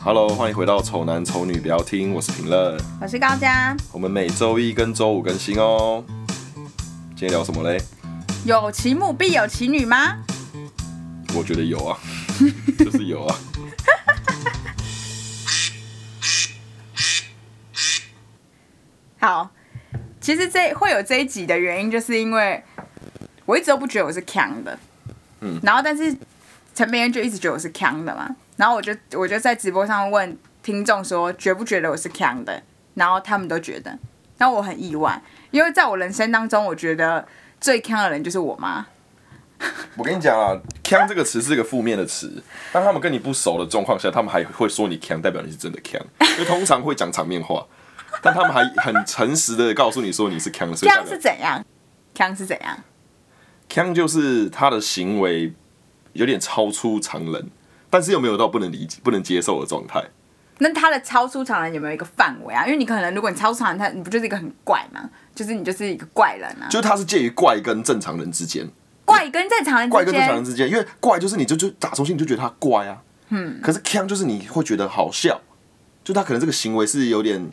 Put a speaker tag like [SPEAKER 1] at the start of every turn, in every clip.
[SPEAKER 1] Hello，欢迎回到《丑男丑女不要听》，我是评论。
[SPEAKER 2] 我是高嘉，
[SPEAKER 1] 我们每周一跟周五更新哦。今天聊什么嘞？
[SPEAKER 2] 有其母必有其女吗？
[SPEAKER 1] 我觉得有啊， 就是有啊。
[SPEAKER 2] 好，其实这会有这一集的原因，就是因为我一直都不觉得我是强的，
[SPEAKER 1] 嗯
[SPEAKER 2] 然后但是陈明恩就一直觉得我是强的嘛，然后我就我就在直播上问听众说，觉不觉得我是强的？然后他们都觉得，然后我很意外，因为在我人生当中，我觉得最强的人就是我妈。
[SPEAKER 1] 我跟你讲啊，“腔”这个词是一个负面的词。当他们跟你不熟的状况下，他们还会说你“腔”，代表你是真的“腔”，因为通常会讲场面话， 但他们还很诚实的告诉你说你是“腔”的。所以代
[SPEAKER 2] 强
[SPEAKER 1] 表
[SPEAKER 2] 是怎样？强是怎样？
[SPEAKER 1] 腔就是他的行为有点超出常人，但是又没有到不能理解、不能接受的状态。
[SPEAKER 2] 那他的超出常人有没有一个范围啊？因为你可能如果你超出常人，他你不就是一个很怪吗？就是你就是一个怪人啊，
[SPEAKER 1] 就是他是介于怪跟正常人之间，
[SPEAKER 2] 怪跟在常人
[SPEAKER 1] 怪
[SPEAKER 2] 之
[SPEAKER 1] 跟正常
[SPEAKER 2] 间
[SPEAKER 1] 人之间，因为怪就是你就就打从心里就觉得他怪啊，嗯，可是腔就是你会觉得好笑，就他可能这个行为是有点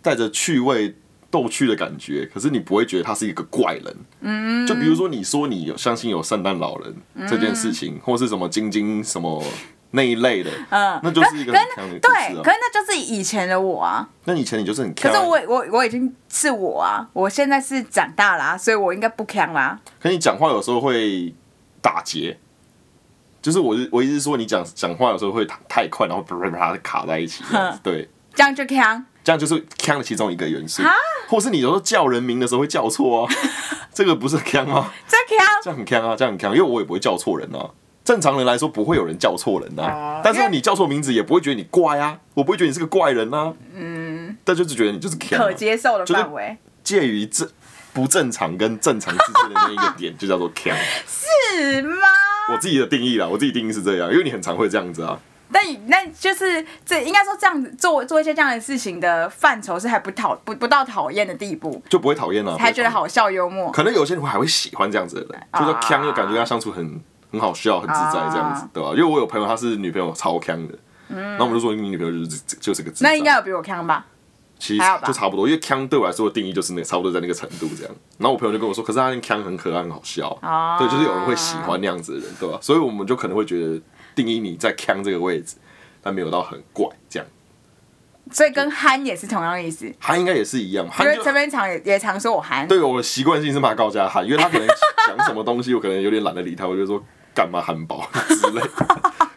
[SPEAKER 1] 带着趣味。逗趣的感觉，可是你不会觉得他是一个怪人。嗯，就比如说你说你有相信有圣诞老人这件事
[SPEAKER 2] 嗯
[SPEAKER 1] 情，或是什么晶晶什么那一类的，嗯，那就是一个
[SPEAKER 2] 可
[SPEAKER 1] 很
[SPEAKER 2] 是
[SPEAKER 1] 强的故
[SPEAKER 2] 对，
[SPEAKER 1] 事
[SPEAKER 2] 可
[SPEAKER 1] 啊。
[SPEAKER 2] 是那就是以前的我啊。
[SPEAKER 1] 那以前你就是很强
[SPEAKER 2] 可是
[SPEAKER 1] 啊，
[SPEAKER 2] 我我我已经是我啊，我现在是长大啦、所以我应该不强啦。
[SPEAKER 1] 可你讲话有时候会打结，就是我是我意思是说你讲讲话有时候会太太快，然后啪啪啪卡在一起这样子，对，
[SPEAKER 2] 这样就强，
[SPEAKER 1] 这样就是腔的其中一个元素，或是你有时候叫人名的时候会叫错啊， 这个不是腔啊，
[SPEAKER 2] 这
[SPEAKER 1] 这
[SPEAKER 2] 强
[SPEAKER 1] 样很腔啊，这样很腔，因为我也不会叫错人啊。正常人来说不会有人叫错人啊
[SPEAKER 2] 哦，
[SPEAKER 1] 但是
[SPEAKER 2] 因为
[SPEAKER 1] 你叫错名字也不会觉得你怪啊，我不会觉得你是个怪人啊，嗯，但就是觉得你就是腔、啊
[SPEAKER 2] 可，接受的
[SPEAKER 1] 就是
[SPEAKER 2] 范围
[SPEAKER 1] 介于正不正常跟正常之间的那一个点就叫做啊腔。
[SPEAKER 2] 是吗？
[SPEAKER 1] 我自己的定义啦，我自己定义是这样，因为你很常会这样子啊。
[SPEAKER 2] 但那就是这应该说这样子做做一些这样的事情的范畴是还不讨不不到讨厌的地步，
[SPEAKER 1] 就啊不会讨厌了，
[SPEAKER 2] 还觉得
[SPEAKER 1] 不会讨厌。
[SPEAKER 2] 好笑幽默。
[SPEAKER 1] 可能有些人会还会喜欢这样子的人，
[SPEAKER 2] 啊
[SPEAKER 1] 就是腔，就感觉跟他相处很很好笑、很自在这样子
[SPEAKER 2] 啊，嗯
[SPEAKER 1] 对吧？因为我有朋友，他是女朋友超腔的，然后我们就说你女朋友就是就是个智障
[SPEAKER 2] 那应该有比我强吧？
[SPEAKER 1] 其实
[SPEAKER 2] 还好吧
[SPEAKER 1] 就差不多，因为腔对我来说的定义就是那个差不多在那个程度这样。然后我朋友就跟我说，可是他那腔很可爱、很好笑，
[SPEAKER 2] 啊
[SPEAKER 1] 对，就是有人会喜欢那样子的人，对吧？所以我们就可能会觉得定义你在腔这个位置，但没有到很怪这样。
[SPEAKER 2] 所以跟憨也是同样的意思。
[SPEAKER 1] 他应该也是一样，他
[SPEAKER 2] 因为
[SPEAKER 1] 就
[SPEAKER 2] 这边常也也常说我憨，
[SPEAKER 1] 对我的习惯性是骂高家喊，因为他可能讲什么东西，我可能有点懒得理他，我就说干嘛喊宝之类的，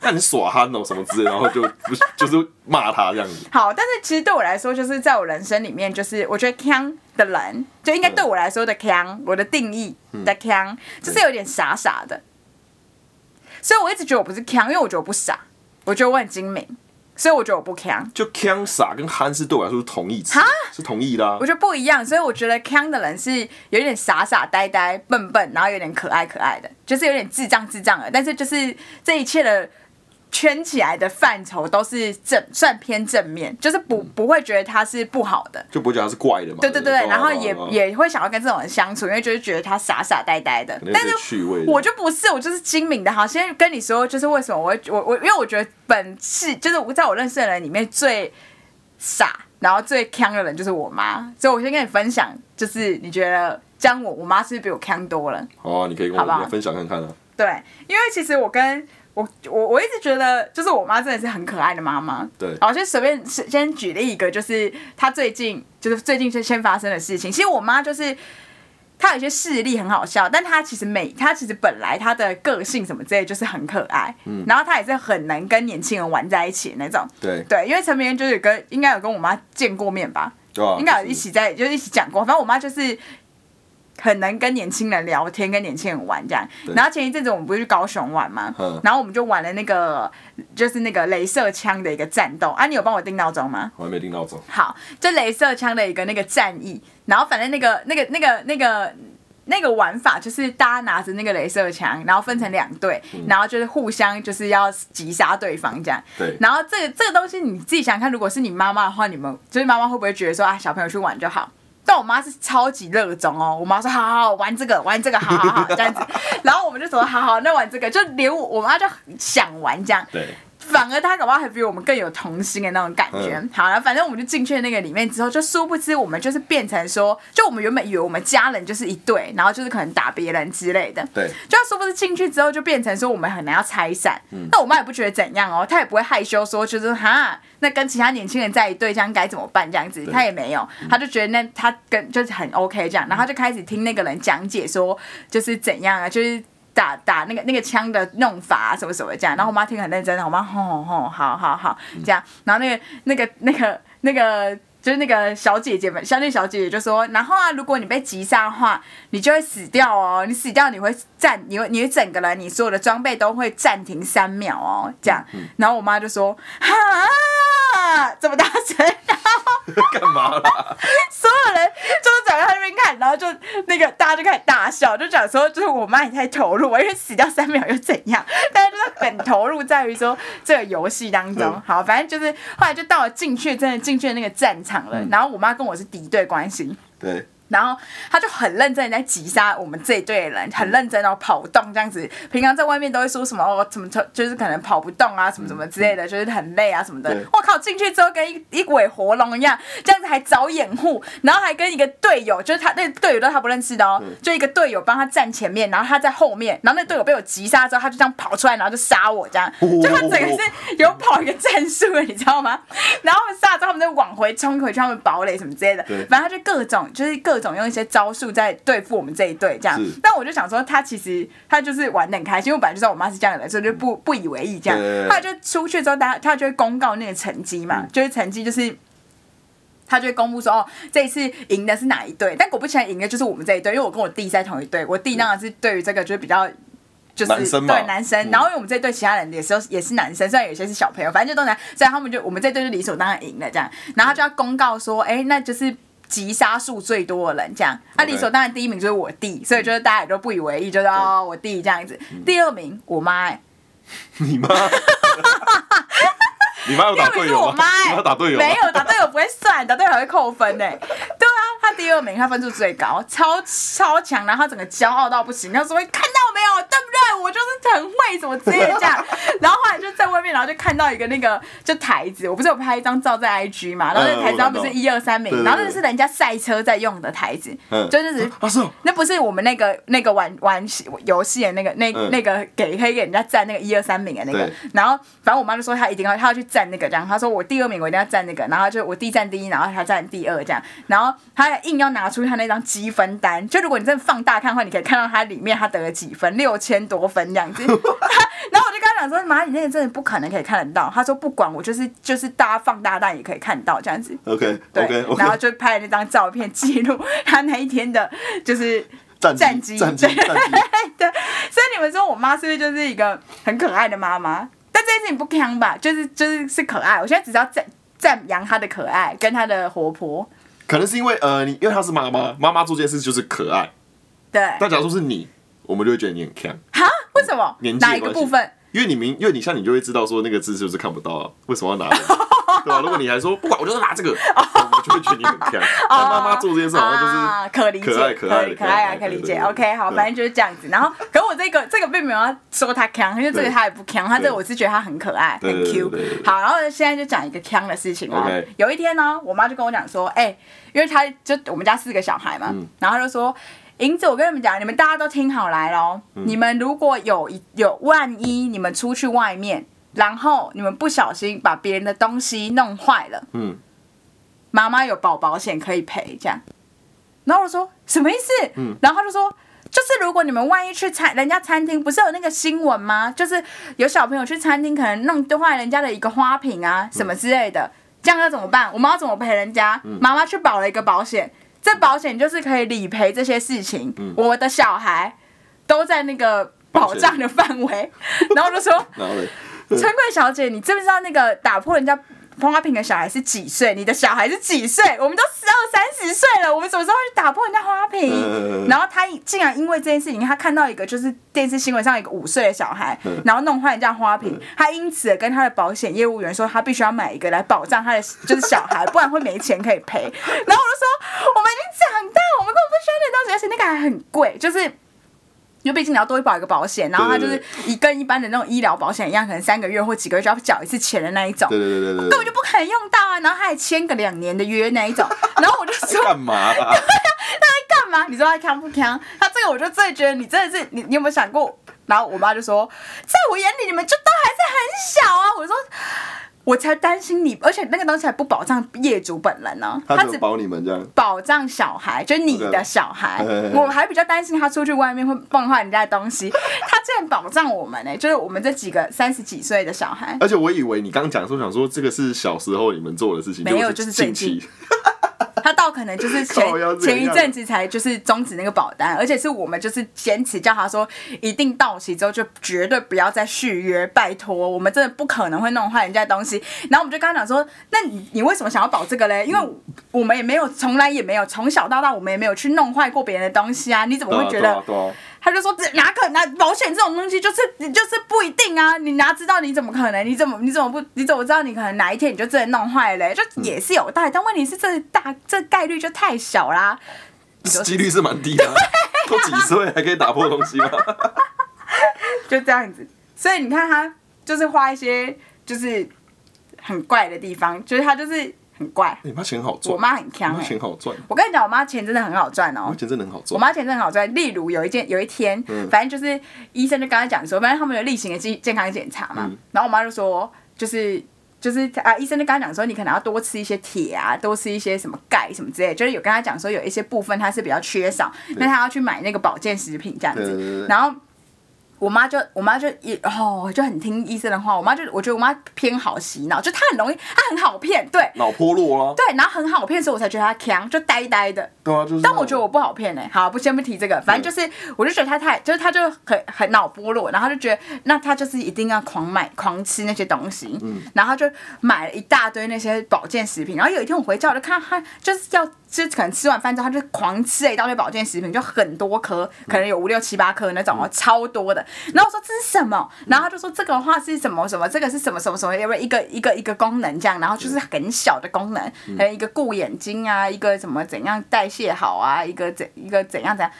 [SPEAKER 1] 那你耍憨哦什么之类的，然后就不是就是骂他这样子。
[SPEAKER 2] 好，但是其实对我来说，就是在我人生里面，就是我觉得腔的人，就应该对我来说的腔，我的定义
[SPEAKER 1] 嗯
[SPEAKER 2] 的腔，就是有点傻傻的。所以我一直觉得我不是腔，因为我觉得我不傻，我觉得我很精明，所以我觉得我不腔，
[SPEAKER 1] 就腔傻跟憨是对我来说是同义词，是同义的、啊
[SPEAKER 2] 我。觉得不一样。所以我觉得腔的人是有点傻傻呆呆、笨笨，然后有点可爱可爱的，就是有点智障智障的。但是就是这一切的圈起来的范畴都是正，算偏正面，就是不不会觉得他是不好的。
[SPEAKER 1] 就不会觉得他是怪的嘛。
[SPEAKER 2] 对对对，然后也
[SPEAKER 1] 啊
[SPEAKER 2] 也会想要跟这种人相处，因为就是觉得他傻傻呆呆的
[SPEAKER 1] 可能。有
[SPEAKER 2] 但
[SPEAKER 1] 些
[SPEAKER 2] 是
[SPEAKER 1] 趣味的，
[SPEAKER 2] 我就不是，我就是精明的。好，先跟你说，就是为什么我会我我，因为我觉得本是就是我在我认识的人里面最傻，然后最坑的人就是我妈，所以我先跟你分享，就是你觉得这样我我妈是不是比我坑多了？
[SPEAKER 1] 好啊，你可以跟
[SPEAKER 2] 好不好
[SPEAKER 1] 我分享看看啊。
[SPEAKER 2] 对，因为其实我跟我我我一直觉得，就是我妈真的是很可爱的妈妈。
[SPEAKER 1] 对
[SPEAKER 2] 好，就随便先先举例一个，就是她最近就是最近先先发生的事情。其实我妈就是她有一些事例很好笑，但她其实每她其实本来她的个性什么之类就是很可爱，嗯，然后她也是很能跟年轻人玩在一起的那种。
[SPEAKER 1] 对
[SPEAKER 2] 对，因为陈明恩就是有跟应该有跟我妈见过面吧，
[SPEAKER 1] 对吧？
[SPEAKER 2] 应该有
[SPEAKER 1] 就
[SPEAKER 2] 一
[SPEAKER 1] 哦是
[SPEAKER 2] 起在就是一起讲过，反正我妈就是很能跟年轻人聊天，跟年轻人玩这样
[SPEAKER 1] 对。
[SPEAKER 2] 然后前一阵子我们不是去高雄玩嘛
[SPEAKER 1] 嗯，
[SPEAKER 2] 然后我们就玩了那个就是那个镭射枪的一个战斗啊，你有帮我定闹钟吗？
[SPEAKER 1] 我还没听到钟，
[SPEAKER 2] 好，就镭射枪的一个那个战役，然后反正那个那个那个那个那个玩法就是大家拿着那个镭射枪，然后分成两队，然后就是互相就是要击杀对方这样。
[SPEAKER 1] 对
[SPEAKER 2] 然后这个这个东西你自己想看，如果是你妈妈的话，你们就是妈妈会不会觉得说啊，小朋友去玩就好？但我妈是超级热衷哦，我妈说好好好玩这个玩这个，好 好好这样子，然后我们就说好好那玩这个，就连我我妈就很想玩这样，
[SPEAKER 1] 对，
[SPEAKER 2] 反而他搞不好还比我们更有童心的那种感觉。
[SPEAKER 1] 嗯
[SPEAKER 2] 好了，反正我们就进去那个里面之后，就殊不知我们就是变成说，就我们原本以为我们家人就是一对，然后就是可能打别人之类的。
[SPEAKER 1] 对
[SPEAKER 2] 就殊不知进去之后就变成说我们很难要拆散。
[SPEAKER 1] 嗯
[SPEAKER 2] 那我妈也不觉得怎样哦，她也不会害羞说就是哈，那跟其他年轻人在一对这样该怎么办这样子，她也没有，
[SPEAKER 1] 嗯
[SPEAKER 2] 她就觉得那她跟就是很 OK 这样，然后她就开始听那个人讲解说就是怎样啊，就是。打打那个那个枪的弄法、啊、什么什么这样，然后我妈听得很认真，我妈吼吼吼，好好好这样，然后那个那个那个那个就是那个小姐姐们，相对小姐姐就说，然后啊，如果你被击杀的话，你就会死掉哦，你死掉你会暂，你会你会整个人你所有的装备都会暂停三秒哦，这样，然后我妈就说，哈，这么大声，然后
[SPEAKER 1] 干嘛啦？
[SPEAKER 2] 所有人就是转到那边看，然后就那个大家就开始大笑，就讲说就是我妈也太投入了，因为死掉三秒又怎样？大家就是很投入在于说这个游戏当中
[SPEAKER 1] 嗯。
[SPEAKER 2] 好，反正就是后来就到了进去真的进去的那个战场了，然后我妈跟我是敌对关系。
[SPEAKER 1] 对，
[SPEAKER 2] 然后他就很认真地在击杀我们这一队的人，很认真哦，跑动这样子。平常在外面都会说什么哦，怎么就是可能跑不动啊，什么什么之类的，就是很累啊什么的
[SPEAKER 1] 对。
[SPEAKER 2] 我靠，进去之后跟一一尾活龙一样，这样子还找掩护，然后还跟一个队友，就是他那个队友都是他不认识的哦，就一个队友帮他站前面，然后他在后面，然后那队友被我击杀之后，他就这样跑出来，然后就杀我这样，就他整个是有跑一个战术的，你知道吗？ 然后他们杀了之后，他们就往回冲回去，他们堡垒什么之类的
[SPEAKER 1] 对，
[SPEAKER 2] 反正他就各种就是各种用一些招数在对付我们这一队这样
[SPEAKER 1] 是。
[SPEAKER 2] 但我就想说，他其实他就是玩的很开心，因为我本来就知道我妈是这样的人，所以就不 不以为意这样
[SPEAKER 1] 对对。对嗯
[SPEAKER 2] 后来就出去之后，大家他就会公告那个成绩嘛，就是成绩就是。他就会公布说，哦，这一次赢的是哪一队？但果不其然，赢的就是我们这一队，因为我跟我弟在同一队，我弟当然是对于这个就是比较。就是
[SPEAKER 1] 男生嘛
[SPEAKER 2] 对男生，然后因为我们这一队其他人也是也是男生，虽然有些是小朋友，反正就都男，所以他们就我们这一队就理所当然赢了这样，然后就要公告说，哎，那就是击杀数最多的人这样，那、
[SPEAKER 1] OK
[SPEAKER 2] 理所当然第一名就是我弟，所以就是大家也都不以为意，就是哦我弟这样子，第二名我妈、哎
[SPEAKER 1] 你妈， 你妈有
[SPEAKER 2] 第
[SPEAKER 1] 打
[SPEAKER 2] 二名
[SPEAKER 1] 队
[SPEAKER 2] 是
[SPEAKER 1] 友
[SPEAKER 2] 我
[SPEAKER 1] 吗？
[SPEAKER 2] 妈、哎
[SPEAKER 1] 你妈打队友吗
[SPEAKER 2] 没有打队友不会算，打队友还会扣分呢、对啊，他第二名，他分数最高，超超强，然后他整个骄傲到不行，他说看到没有，对不对？我就是很会什么之类的这样。 然后后来就在外面，然后就看到一个那个就台子，我不是有拍一张照在 IG 嘛，然后那个台子上不是一二三
[SPEAKER 1] 嗯
[SPEAKER 2] 名，
[SPEAKER 1] 我看到
[SPEAKER 2] 然后那是人家赛车在用的台子，
[SPEAKER 1] 嗯
[SPEAKER 2] 就那只是
[SPEAKER 1] 啊是哦，
[SPEAKER 2] 那不是我们那个那个玩玩游戏的那个那、
[SPEAKER 1] 嗯
[SPEAKER 2] 那个给可以给人家占那个一二三名的那个
[SPEAKER 1] 对，
[SPEAKER 2] 然后反正我妈就说她一定要她要去占那个，这样她说我第二名我一定要占那个，然后就我弟占第一，然后她占第二这样，然后她硬要拿出她那张积分单，就如果你真的放大看的话，你可以看到她里面她得了几分，六千多分 这样子。 然后我就跟她讲说妈，你那个真的不可能可以看得到，她说不管我就是就是大家放大蛋也可以看到这样子。
[SPEAKER 1] ，OK
[SPEAKER 2] 对
[SPEAKER 1] OK
[SPEAKER 2] 然后
[SPEAKER 1] OK，
[SPEAKER 2] 就拍了那张照片记录 他那一天的，就是
[SPEAKER 1] 战
[SPEAKER 2] 战
[SPEAKER 1] 绩
[SPEAKER 2] 绩
[SPEAKER 1] 战绩
[SPEAKER 2] 对
[SPEAKER 1] 战绩，
[SPEAKER 2] 对。所以你们说我妈是不是就是一个很可爱的妈妈？但这件事情不坑吧，就是就是是可爱。我现在只是要赞赞扬她的可爱跟她的活泼，
[SPEAKER 1] 可能是因为呃，你因为她是妈妈，妈妈做这件事就是可爱。
[SPEAKER 2] 对。
[SPEAKER 1] 但假如说是你，我们就会觉得你很强，
[SPEAKER 2] 哈？为什么
[SPEAKER 1] 年？纪
[SPEAKER 2] 哪
[SPEAKER 1] 的
[SPEAKER 2] 一个
[SPEAKER 1] 关系
[SPEAKER 2] 部分？
[SPEAKER 1] 因为你明，因为你像你就会知道说那个字是不是看不到啊，为什么要拿？ 对吧？如果你还说不管，我就是拿这个，我们就会觉得你很强。但妈妈做这件事好像就是
[SPEAKER 2] 啊，可理解，
[SPEAKER 1] 可爱可爱的
[SPEAKER 2] 可爱啊，
[SPEAKER 1] 可
[SPEAKER 2] 可
[SPEAKER 1] 爱
[SPEAKER 2] 理
[SPEAKER 1] 对
[SPEAKER 2] 解。
[SPEAKER 1] 对对
[SPEAKER 2] OK，好，
[SPEAKER 1] 对
[SPEAKER 2] 反正就是这样子。然后，可我这个这个并没有要说他强，因为这个
[SPEAKER 1] 对
[SPEAKER 2] 他也不强，他这
[SPEAKER 1] 对
[SPEAKER 2] 个我是觉得他很可爱，很
[SPEAKER 1] 对对对
[SPEAKER 2] Q
[SPEAKER 1] 对对。对
[SPEAKER 2] 好，然后现在就讲一个强的事情哦
[SPEAKER 1] OK。
[SPEAKER 2] 有一天呢，我妈就跟我讲说，哎，因为她就我们家四个小孩嘛，
[SPEAKER 1] 嗯
[SPEAKER 2] 然后她就说。银子，我跟你们讲，你们大家都听好来喽、
[SPEAKER 1] 嗯
[SPEAKER 2] 你们如果有一有万一你们出去外面，然后你们不小心把别人的东西弄坏了，
[SPEAKER 1] 嗯，
[SPEAKER 2] 妈妈有保保险可以赔这样。然后我说什么意思？然后他就说。就是如果你们万一去餐人家餐厅，不是有那个新闻吗？就是有小朋友去餐厅，可能弄丢坏人家的一个花瓶啊，什么之类的，这样要怎么办？我们要怎么赔人家？妈妈去保了一个保险，这保险就是可以理赔这些事情。我的小孩都在那个保
[SPEAKER 1] 保险
[SPEAKER 2] 障的范围，然后我就说
[SPEAKER 1] 然后嘞，
[SPEAKER 2] 春桂小姐，你知不知道那个打破人家花瓶的小孩是几岁？你的小孩是几岁？我们都十二三十岁了，我们什么时候去打破人家花瓶？
[SPEAKER 1] 嗯
[SPEAKER 2] 然后他竟然因为这件事情，他看到一个就是电视新闻上一个五岁的小孩，
[SPEAKER 1] 嗯
[SPEAKER 2] 然后弄坏人家花瓶，他因此跟他的保险业务员说，他必须要买一个来保障他的就是小孩，不然会没钱可以赔。 然后我就说，我们已经长大，我们根本不需要那东西，而且那个还很贵，就是。因为毕竟你要多保一个保险，然后它就是一跟一般的那种医疗保险一样，可能三个月或几个月就要缴一次钱的那一种，
[SPEAKER 1] 对对对对
[SPEAKER 2] 根本
[SPEAKER 1] 对，
[SPEAKER 2] 就不可能用到啊。然后他还签个两年的约那一 种，然后我就说
[SPEAKER 1] 干嘛 啊？
[SPEAKER 2] 干嘛？你说他强不强？他这个我就最觉得你真的是你，你有没有想过？然后我妈就说，在我眼里你们就都还是很小啊。我说，我才担心你，而且那个东西还不保障业主本人呢、
[SPEAKER 1] 他
[SPEAKER 2] 他
[SPEAKER 1] 怎么
[SPEAKER 2] 只
[SPEAKER 1] 保你啊们这样？
[SPEAKER 2] 保障小孩，就是你的小孩
[SPEAKER 1] OK。
[SPEAKER 2] 我还比较担心他出去外面会碰坏人家的东西，他竟然保障我们呢、欸就是我们这几个三十几岁的小孩。
[SPEAKER 1] 而且我以为你刚讲的时候想说这个是小时候你们做的事情，
[SPEAKER 2] 没有
[SPEAKER 1] 结果
[SPEAKER 2] 就是最
[SPEAKER 1] 近期
[SPEAKER 2] 近他到可能就是前
[SPEAKER 1] 靠腰这个
[SPEAKER 2] 前
[SPEAKER 1] 样啊
[SPEAKER 2] 一阵子才就是终止那个保单，而且是我们就是坚持叫他说，一定到期之后就绝对不要再续约，拜托，我们真的不可能会弄坏人家的东西。然后我们就跟他讲说，那你你为什么想要保这个嘞？因为
[SPEAKER 1] 嗯
[SPEAKER 2] 我们也没有从来也没有从小到大我们也没有去弄坏过别人的东西啊，你怎么
[SPEAKER 1] 对啊
[SPEAKER 2] 会觉
[SPEAKER 1] 对
[SPEAKER 2] 得？
[SPEAKER 1] 啊对啊
[SPEAKER 2] 他就说这哪可能保险这种东西就是就是不一定啊，你哪知道你怎么可能？你怎么你怎么不你怎么知道你可能哪一天你就真的弄坏了欸、就也是有道理，但问题是这大这概率就太小啦。说
[SPEAKER 1] 几率是蛮低的 啊，都几岁还可以打破东西吗？
[SPEAKER 2] 就这样子。所以你看他就是花一些就是很怪的地方，就是他就是很怪。
[SPEAKER 1] 你妈钱好赚，啊
[SPEAKER 2] 我妈很
[SPEAKER 1] 你
[SPEAKER 2] 强
[SPEAKER 1] 妈
[SPEAKER 2] 哎、
[SPEAKER 1] 钱好赚，
[SPEAKER 2] 我跟你讲，我妈钱真的很好赚哦、
[SPEAKER 1] 我妈钱真的很好
[SPEAKER 2] 我
[SPEAKER 1] 赚。
[SPEAKER 2] 妈前阵很好赚，例如有一件有一天，
[SPEAKER 1] 嗯
[SPEAKER 2] 反正就是医生就跟她讲说，反正他们有例行的健健康检查嘛，
[SPEAKER 1] 嗯
[SPEAKER 2] 然后我妈就说，就是就是啊，医生就跟她讲说，你可能要多吃一些铁啊，多吃一些什么钙什么之类的，就是有跟她讲说有一些部分它是比较缺少，那她要去买那个保健食品这样
[SPEAKER 1] 对对对
[SPEAKER 2] 子
[SPEAKER 1] 对，
[SPEAKER 2] 然后。我妈就我妈就一哦，就很听医生的话。我妈就我觉得我妈偏好洗脑，就她很容易，她很好骗，对
[SPEAKER 1] 脑波弱啊，
[SPEAKER 2] 对，然后很好骗，所以我才觉得她强，就呆呆的。
[SPEAKER 1] 对啊，就是。
[SPEAKER 2] 但我觉得我不好骗哎、好不先不提这个，反正就是我就觉得他太就是他就很很脑波落，然后他就觉得那他就是一定要狂买狂吃那些东西，
[SPEAKER 1] 嗯
[SPEAKER 2] 然后他就买了一大堆那些保健食品，然后有一天我回家我就看到他就是要就是可能吃完饭之后他就狂吃了一大堆保健食品，就很多颗，可能有五六七八颗那种哦，超多的。然后我说这是什么？然后他就说这个的话是什么什么，这个是什么什么什么，因为一个一个一个功能这样，然后就是很小的功能，还有一个顾眼睛啊，一个什么怎样代谢好啊，一个怎一个怎样怎样。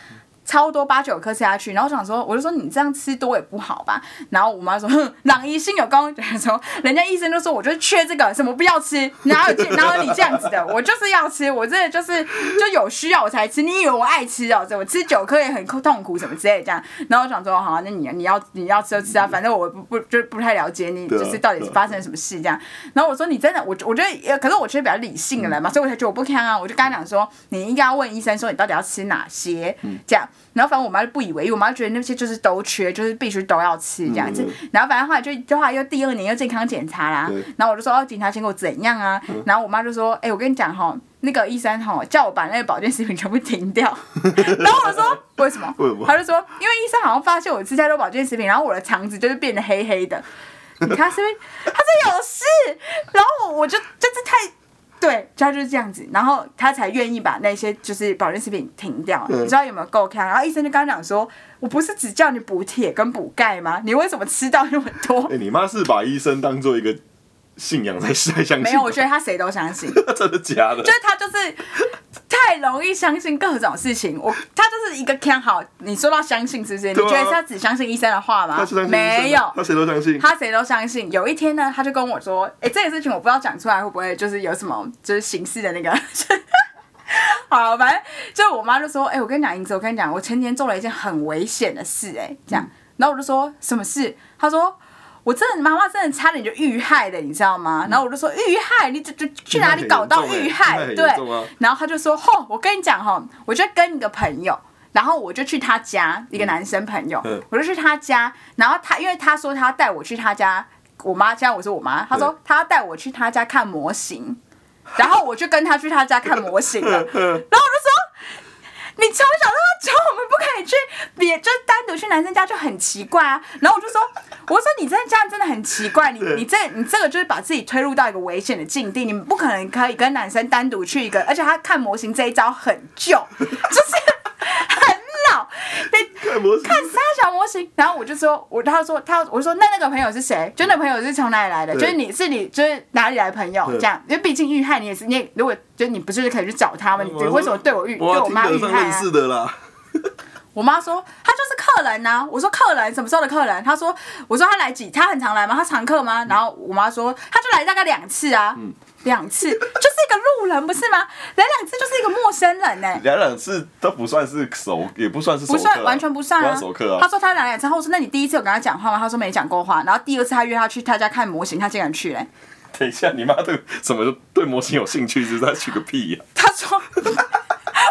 [SPEAKER 2] 超多八九颗吃下去，然后我想说，我就说你这样吃多也不好吧。然后我妈说，嗯哼，朗怡心有功，就是说人家医生就说我就是缺这个，什么不要吃，哪有这哪有你这样子的，我就是要吃，我真的就是就有需要我才吃。你以为我爱吃哦、这我吃九颗也很痛苦什么之类的这样。然后我想说，好、那你你要你要吃就吃啊，反正我不不就不太了解你，
[SPEAKER 1] 对啊
[SPEAKER 2] 就是到底是发生了什么事这样。然后我说你真的，我我觉得，呃可是我其实比较理性的人
[SPEAKER 1] 嗯
[SPEAKER 2] 嘛，所以我才觉得我不看啊。我就跟他讲说，你应该要问医生说你到底要吃哪些、
[SPEAKER 1] 嗯
[SPEAKER 2] 这样。然后反正我妈就不以为意，我妈觉得那些就是都缺，就是必须都要吃这样子。
[SPEAKER 1] 嗯
[SPEAKER 2] 然后反正后来就就后来又第二年又健康检查啦
[SPEAKER 1] 对，嗯
[SPEAKER 2] 然后我就说哦，检查结果怎样啊？然后我妈就说，哎、我跟你讲哈，那个医生哈叫我把那个保健食品全部停掉。 然后我就说为什么？
[SPEAKER 1] 为什么
[SPEAKER 2] 他就说因为医生好像发现我吃太多保健食品，然后我的肠子就是变得黑黑的。你看是不是？他是有事，然后我就就是太。对，他就是这样子，然后他才愿意把那些就是保健食品停掉。
[SPEAKER 1] 嗯
[SPEAKER 2] 你知道有没有够看？然后医生就跟他讲说：“我不是只叫你补铁跟补钙吗？你为什么吃到那么多？”
[SPEAKER 1] 哎、你妈是把医生当做一个信仰在在相信吗？
[SPEAKER 2] 没有，我觉得他谁都相信，
[SPEAKER 1] 得 真的假的
[SPEAKER 2] 就？是他就是太容易相信各种事情。我他就是一个看好，你说到相信是不是？你
[SPEAKER 1] 对啊
[SPEAKER 2] 觉得他只相信医生的话吗
[SPEAKER 1] 他是相？信医生的
[SPEAKER 2] 没有，
[SPEAKER 1] 他谁都相信。
[SPEAKER 2] 他谁都相信。有一天呢，他就跟我说：“哎、这个事情我不知道讲出来会不会就是有什么就是刑事的那个。” 好，反正就我妈就说：“哎、我跟你讲，银子，我跟你讲，我前天做了一件很危险的事、哎，
[SPEAKER 1] 嗯
[SPEAKER 2] 这样。然后我就说：“什么事？”她说。我真的妈妈真的差点就遇害了，你知道吗？
[SPEAKER 1] 嗯
[SPEAKER 2] 然后我就说遇害，你这这去哪里搞到遇害？
[SPEAKER 1] 那很严重欸
[SPEAKER 2] 对
[SPEAKER 1] 那很严重啊，
[SPEAKER 2] 然后他就说：“吼，我跟你讲吼，我就跟一个朋友，然后我就去他家，一个男生朋友，
[SPEAKER 1] 嗯
[SPEAKER 2] 我就去他家，然后他因为他说他要带我去他家，我妈现在我是我妈，他说他要带我去他家看模型，然后我就跟他去他家看模型了，然后我就说。”你从小到大教我们不可以去别，就是单独去男生家就很奇怪啊。然后我就说，我说你真的这样真的很奇怪，你
[SPEAKER 1] 对
[SPEAKER 2] 你这你这个就是把自己推入到一个危险的境地，你们不可能可以跟男生单独去一个，而且他看模型这一招很 旧，就是很老，你
[SPEAKER 1] 看模型，
[SPEAKER 2] 看三小模型，然后我就说，我他说他我说那那个朋友是谁？就那朋友是从哪里来的？
[SPEAKER 1] 对
[SPEAKER 2] 就是你是你就是哪里来的朋友
[SPEAKER 1] 对
[SPEAKER 2] 这样？因为毕竟遇害你也是你也如果就是你不是可以去找他们，你
[SPEAKER 1] 我说
[SPEAKER 2] 为什么对我遇对
[SPEAKER 1] 哇，
[SPEAKER 2] 我妈啊
[SPEAKER 1] 听
[SPEAKER 2] 遇
[SPEAKER 1] 得上
[SPEAKER 2] 害
[SPEAKER 1] 认
[SPEAKER 2] 啊？
[SPEAKER 1] 识的啦。
[SPEAKER 2] 我妈说他就是客人呐、我说客人什么时候的客人？她说我说他来几？他很常来吗？他常客吗？然后我妈说他就来大概两次啊，
[SPEAKER 1] 嗯
[SPEAKER 2] 两次就是一个路人不是吗？来两次就是一个陌生人呢、
[SPEAKER 1] 两两次都不算是熟，也不算是熟
[SPEAKER 2] 不
[SPEAKER 1] 客啊
[SPEAKER 2] 算，完全不算啊。
[SPEAKER 1] 熟客
[SPEAKER 2] 他
[SPEAKER 1] 啊。
[SPEAKER 2] 说他来两次，然后我说那你第一次有跟他讲话吗？他说没讲过话。然后第二次他约他去他家看模型，他竟然去嘞、
[SPEAKER 1] 等一下，你妈对什么对模型有兴趣，是在取个屁啊 呀、
[SPEAKER 2] 他说，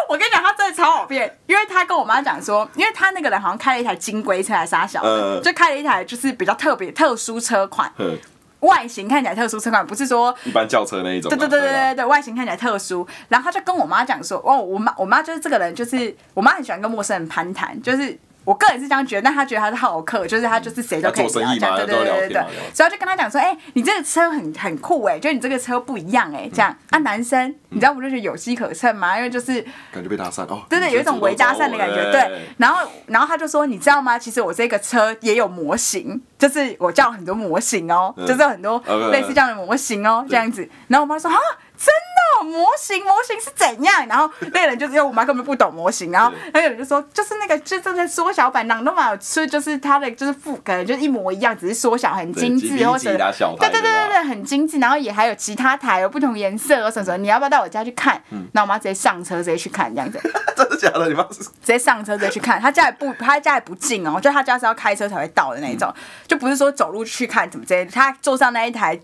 [SPEAKER 2] 我跟你讲，他真的超好骗，因为他跟我妈讲说，因为他那个人好像开了一台金龟车还是啥小的，
[SPEAKER 1] 嗯
[SPEAKER 2] 就开了一台就是比较特别特殊车款，
[SPEAKER 1] 嗯，
[SPEAKER 2] 外形看起来特殊车款，不是说
[SPEAKER 1] 一般轿车那一种啊。
[SPEAKER 2] 对对对对
[SPEAKER 1] 啊
[SPEAKER 2] 对对，外形看起来特殊。然后他就跟我妈讲说，哦，我妈我妈就是这个人，就是我妈很喜欢跟陌生人攀谈，就是。我个人是这样觉得，但他觉得他是好客，就是他就是谁都可以
[SPEAKER 1] 他做
[SPEAKER 2] 聊
[SPEAKER 1] 生意
[SPEAKER 2] 这样
[SPEAKER 1] 嘛
[SPEAKER 2] 对对对
[SPEAKER 1] 都
[SPEAKER 2] 对
[SPEAKER 1] 聊天
[SPEAKER 2] 对对
[SPEAKER 1] 嘛聊。
[SPEAKER 2] 所以他就跟他讲说，哎、你这个车很很酷哎、就你这个车不一样哎、这样、啊，男生，你知道我就觉得有机可乘嘛，因为就是
[SPEAKER 1] 感觉被搭讪哦。
[SPEAKER 2] 真的有一种围搭讪的感觉，
[SPEAKER 1] 哎
[SPEAKER 2] 对。然后，然后他就说，你知道吗？其实我这个车也有模型，就是我叫了很多模型哦，
[SPEAKER 1] 嗯
[SPEAKER 2] 就是有很多
[SPEAKER 1] 呃
[SPEAKER 2] 类似这样的模型哦，这样子。然后我妈说啊，真的哦、模型模型是怎样？然后那个人就是因为我妈根本不懂模型，然后那个人就说，就是那个就真的缩小版朗动马车，就是它的就是复可能就是一模一样，只是缩小很
[SPEAKER 1] 对
[SPEAKER 2] 精
[SPEAKER 1] 几比
[SPEAKER 2] 致或
[SPEAKER 1] 几
[SPEAKER 2] 者
[SPEAKER 1] 打小
[SPEAKER 2] 对
[SPEAKER 1] 台
[SPEAKER 2] 对对
[SPEAKER 1] 的啦
[SPEAKER 2] 对对，很精致，然后也还有其他台有不同颜色哦什么什么，你要不要到我家去看？
[SPEAKER 1] 嗯
[SPEAKER 2] 那我妈直接上车直接去看这样子。
[SPEAKER 1] 哎 真的假的？你妈是
[SPEAKER 2] 直接上车直接去看，他家也不他家也不近哦，就他家是要开车才会到的那一种，就不是说走路去看怎么之类的。他坐上那一台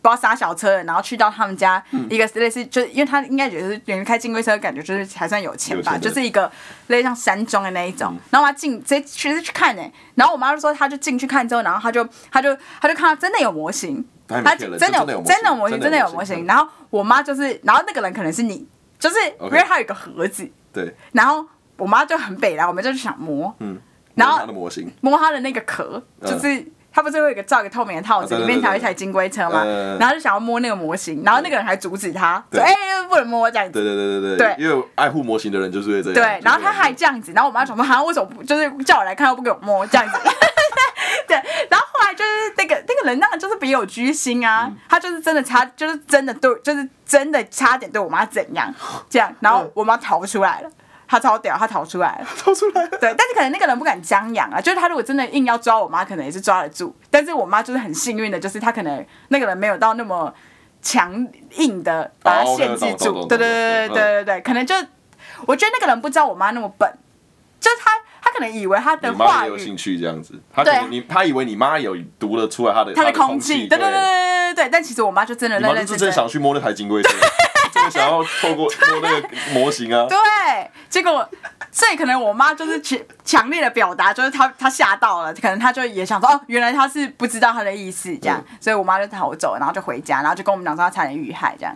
[SPEAKER 2] 不知道啥小车的，然后去到他们家、一个类似，就是因为他应该也是人开金龟车，感觉就是还算有钱嗯吧，
[SPEAKER 1] 有钱
[SPEAKER 2] 就
[SPEAKER 1] 的
[SPEAKER 2] 是一个类似像山庄的那一种。然后他进直接去去看呢、然后我妈就说，她就进去看之后，然后她就她就她就看到真的有模型，
[SPEAKER 1] 她也没
[SPEAKER 2] 她
[SPEAKER 1] 骗人
[SPEAKER 2] 真的
[SPEAKER 1] 真的有模型
[SPEAKER 2] 真的有模型，真
[SPEAKER 1] 真的
[SPEAKER 2] 的
[SPEAKER 1] 有
[SPEAKER 2] 有
[SPEAKER 1] 模型
[SPEAKER 2] 模型。然后我妈就是，然后那个人可能是你，就是因
[SPEAKER 1] OK
[SPEAKER 2] 为他有一个盒子。
[SPEAKER 1] 对，
[SPEAKER 2] 然后我妈就很北来，我们就想摸，
[SPEAKER 1] 嗯，
[SPEAKER 2] 然
[SPEAKER 1] 她
[SPEAKER 2] 后
[SPEAKER 1] 的模型，
[SPEAKER 2] 摸它的那个壳，
[SPEAKER 1] 嗯
[SPEAKER 2] 就是它不是会有一个罩一个透明的套子，
[SPEAKER 1] 啊对
[SPEAKER 2] 里
[SPEAKER 1] 对
[SPEAKER 2] 面
[SPEAKER 1] 对
[SPEAKER 2] 还有一台金龟车嘛
[SPEAKER 1] 嗯嗯，嗯
[SPEAKER 2] 然后就想要摸那个模型，然后那个人还阻止他，说
[SPEAKER 1] 对
[SPEAKER 2] 哎不能摸这样子。
[SPEAKER 1] 对对对对
[SPEAKER 2] 对
[SPEAKER 1] 因为爱护模型的人就是会这样。
[SPEAKER 2] 对，然后他还
[SPEAKER 1] 就是
[SPEAKER 2] 这样子，然后我妈想说，好像为什么不就是叫我来看，又不给我摸这样 子？对，然后后来就是那个那个人，那个就是别有居心啊，他就是真的差，就是真的对，就是真的差点对我妈怎样这样，然后我妈逃出来了，她超屌，她逃出来了。
[SPEAKER 1] 掏出来了，
[SPEAKER 2] 对，但是可能那个人不敢张扬啊，就是他如果真的硬要抓我妈，可能也是抓得住。但是我妈就是很幸运的，就是她可能那个人没有到那么强硬的把她
[SPEAKER 1] 哦，OK，
[SPEAKER 2] 限制
[SPEAKER 1] 懂懂
[SPEAKER 2] 住。
[SPEAKER 1] 懂懂嗯
[SPEAKER 2] 对对对对
[SPEAKER 1] 懂
[SPEAKER 2] 对对对，可能就我觉得那个人不知道我妈那么笨，就是他他可能以为他的
[SPEAKER 1] 你妈
[SPEAKER 2] 话
[SPEAKER 1] 也有
[SPEAKER 2] 语
[SPEAKER 1] 兴、趣这样子，她可能你她以为你妈有读得出来她的
[SPEAKER 2] 他
[SPEAKER 1] 她
[SPEAKER 2] 的
[SPEAKER 1] 的
[SPEAKER 2] 空气，
[SPEAKER 1] 气，
[SPEAKER 2] 对对对对对对。但其实我妈就真的
[SPEAKER 1] 你妈
[SPEAKER 2] 认
[SPEAKER 1] 就
[SPEAKER 2] 认
[SPEAKER 1] 是
[SPEAKER 2] 真
[SPEAKER 1] 真
[SPEAKER 2] 真
[SPEAKER 1] 的。想去摸那台金 龟车，真的想要透过摸那个模型啊。
[SPEAKER 2] 对，结果所以可能我妈就是强强烈的表达，就是她她吓到了，可能她就也想说哦，原来她是不知道她的意思
[SPEAKER 1] 嗯
[SPEAKER 2] 这样，所以我妈就逃走，然后就回家，然后就跟我们讲说她差点遇害这样。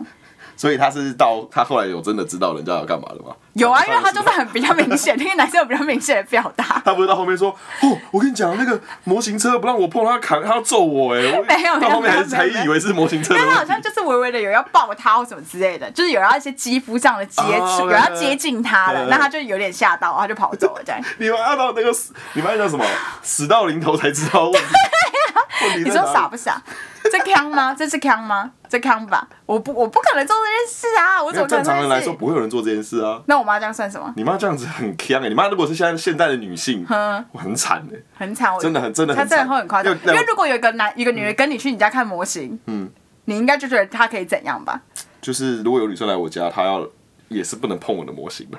[SPEAKER 1] 所以她是到她后来有真的知道人家要干嘛的吗？
[SPEAKER 2] 有啊，因为她就是很比较明显，那个男生有比较明显的表 达。
[SPEAKER 1] 他不是到后面说，哦，我跟你讲，那个模型车不让我碰，他砍，他要揍我哎、我
[SPEAKER 2] 没有没有
[SPEAKER 1] 到后面还是
[SPEAKER 2] 没有
[SPEAKER 1] 才
[SPEAKER 2] 没有
[SPEAKER 1] 以为是模型车
[SPEAKER 2] 因
[SPEAKER 1] 的
[SPEAKER 2] 为他好
[SPEAKER 1] 问题
[SPEAKER 2] 像就是微微的有要抱他或什么之类的，就是有要一些肌肤上的接
[SPEAKER 1] 哦
[SPEAKER 2] 触，有
[SPEAKER 1] 对
[SPEAKER 2] 要接近他了，
[SPEAKER 1] 对对
[SPEAKER 2] 那他就有点吓到，他就跑走了这样。
[SPEAKER 1] 你们按到那个死，你们按照什么？死到临头才知道问题。问题
[SPEAKER 2] 啊你
[SPEAKER 1] 在
[SPEAKER 2] 说
[SPEAKER 1] 哪里
[SPEAKER 2] 傻不傻？这康吗？这是康吗？这康吧？我不，我不可能做这件事啊！ 我
[SPEAKER 1] 没
[SPEAKER 2] 怎
[SPEAKER 1] 有
[SPEAKER 2] 么可
[SPEAKER 1] 正
[SPEAKER 2] 能
[SPEAKER 1] 常
[SPEAKER 2] 做这
[SPEAKER 1] 人
[SPEAKER 2] 件
[SPEAKER 1] 来
[SPEAKER 2] 事
[SPEAKER 1] 说，不会有人做这件事啊。
[SPEAKER 2] 那我妈这样算什么？
[SPEAKER 1] 你妈这样子很呛哎、你妈如果是现在现代的女性，
[SPEAKER 2] 嗯
[SPEAKER 1] 我很惨哎、
[SPEAKER 2] 很惨，我
[SPEAKER 1] 真的很真的
[SPEAKER 2] 她
[SPEAKER 1] 很
[SPEAKER 2] 真的会很夸张。
[SPEAKER 1] 要
[SPEAKER 2] 因为如果有一个男一个女人跟你去你家看模型，
[SPEAKER 1] 嗯，
[SPEAKER 2] 你应该就觉得她可以怎样吧？
[SPEAKER 1] 就是如果有女生来我家，她要也是不能碰我的模型的。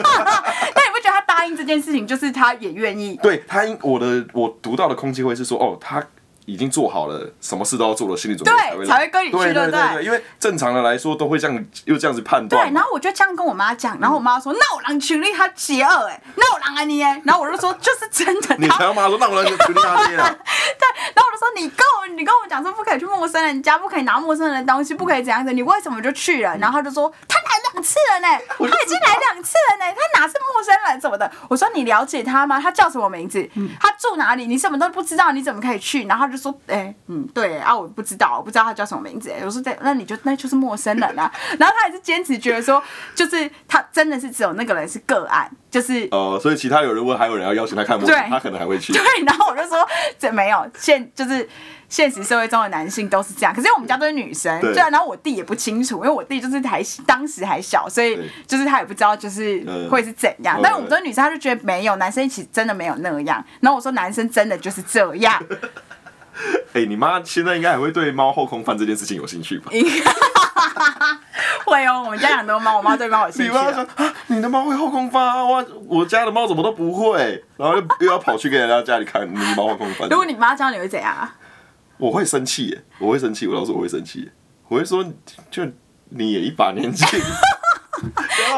[SPEAKER 2] 那你不觉得她答应这件事情，就是她也愿意？
[SPEAKER 1] 对她应，我的我读到的空气会是说，哦，她已经做好了，什么事都要做了心理准备
[SPEAKER 2] 对
[SPEAKER 1] 才会来
[SPEAKER 2] 才会跟你去
[SPEAKER 1] 对
[SPEAKER 2] 对不
[SPEAKER 1] 对
[SPEAKER 2] 对
[SPEAKER 1] 对，因为正常的来说都会这样又这样子判
[SPEAKER 2] 对
[SPEAKER 1] 断，，
[SPEAKER 2] 然后我就这样跟我妈讲，然后我妈说：“那我让群力他邪恶哎，那我让啊你哎。”然后我就说：“就是真的。”
[SPEAKER 1] 你
[SPEAKER 2] 然
[SPEAKER 1] 才
[SPEAKER 2] 后
[SPEAKER 1] 要骂说那我来群大爹 啊，
[SPEAKER 2] 对，然后我就说：“你跟我你跟我讲说不可以去陌生人家，不可以拿陌生人的东西，不可以怎样子，你为什么就去了？”然后他就说：“他来两次了呢，他已经来两次了呢，他哪是陌生人什么的？”我说：“你了解他吗？他叫什么名字？他住哪里？你什么都不知道，你怎么可以去？”然后他就说：“哎、嗯，对啊，我不知道，我不知道他叫什么名字。”欸我说：“对，那你就那就是陌生人啊。”然后他还是坚持觉得说，就是他真的是只有那个人是个案，就是
[SPEAKER 1] 哦，所以其他有人问，还有人要邀请他看模型
[SPEAKER 2] 对，
[SPEAKER 1] 他可能还会去。
[SPEAKER 2] 对，然后我就说这没有，现就是现实社会中的男性都是这样。可是我们家都是女生，
[SPEAKER 1] 对
[SPEAKER 2] 对啊。然后我弟也不清楚，因为我弟就是还当时还小，所以
[SPEAKER 1] 对
[SPEAKER 2] 就是他也不知道就是
[SPEAKER 1] 嗯
[SPEAKER 2] 会是怎样
[SPEAKER 1] 嗯。
[SPEAKER 2] 但是我们都是女生，他就觉得没有，男生其实真的没有那样。然后我说男生真的就是这样，
[SPEAKER 1] 哎、你妈现在应该还会对猫后空翻这件事情有兴趣吧？
[SPEAKER 2] 会哦。我们家养多猫，我妈对猫有 兴
[SPEAKER 1] 你
[SPEAKER 2] 趣
[SPEAKER 1] 妈
[SPEAKER 2] 啊。
[SPEAKER 1] 说啊，你的猫会后空翻啊，我我家的猫怎么都不会，然后又 又要跑去跟人家家里看你猫后空翻
[SPEAKER 2] 如。果你妈教你会怎样啊？
[SPEAKER 1] 我会生气耶，我会生气，我老实说我会生气耶，我会说就你也一把年 纪。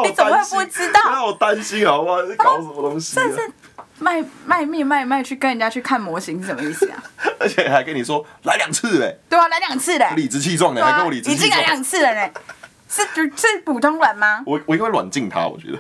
[SPEAKER 2] 你怎么会不知道
[SPEAKER 1] 不要让我担心好不好？搞什么东西、啊？
[SPEAKER 2] 但是卖卖命卖卖去跟人家去看模型是什么意思啊？
[SPEAKER 1] 而且还跟你说来两次哎，
[SPEAKER 2] 对啊，来两次嘞，
[SPEAKER 1] 理直气壮的，哎
[SPEAKER 2] 对
[SPEAKER 1] 还
[SPEAKER 2] 啊
[SPEAKER 1] 跟我，理直
[SPEAKER 2] 已
[SPEAKER 1] 气
[SPEAKER 2] 经来
[SPEAKER 1] 壮。
[SPEAKER 2] 两次了嘞， 是是普通人吗？
[SPEAKER 1] 我我应该软禁他，我觉 得，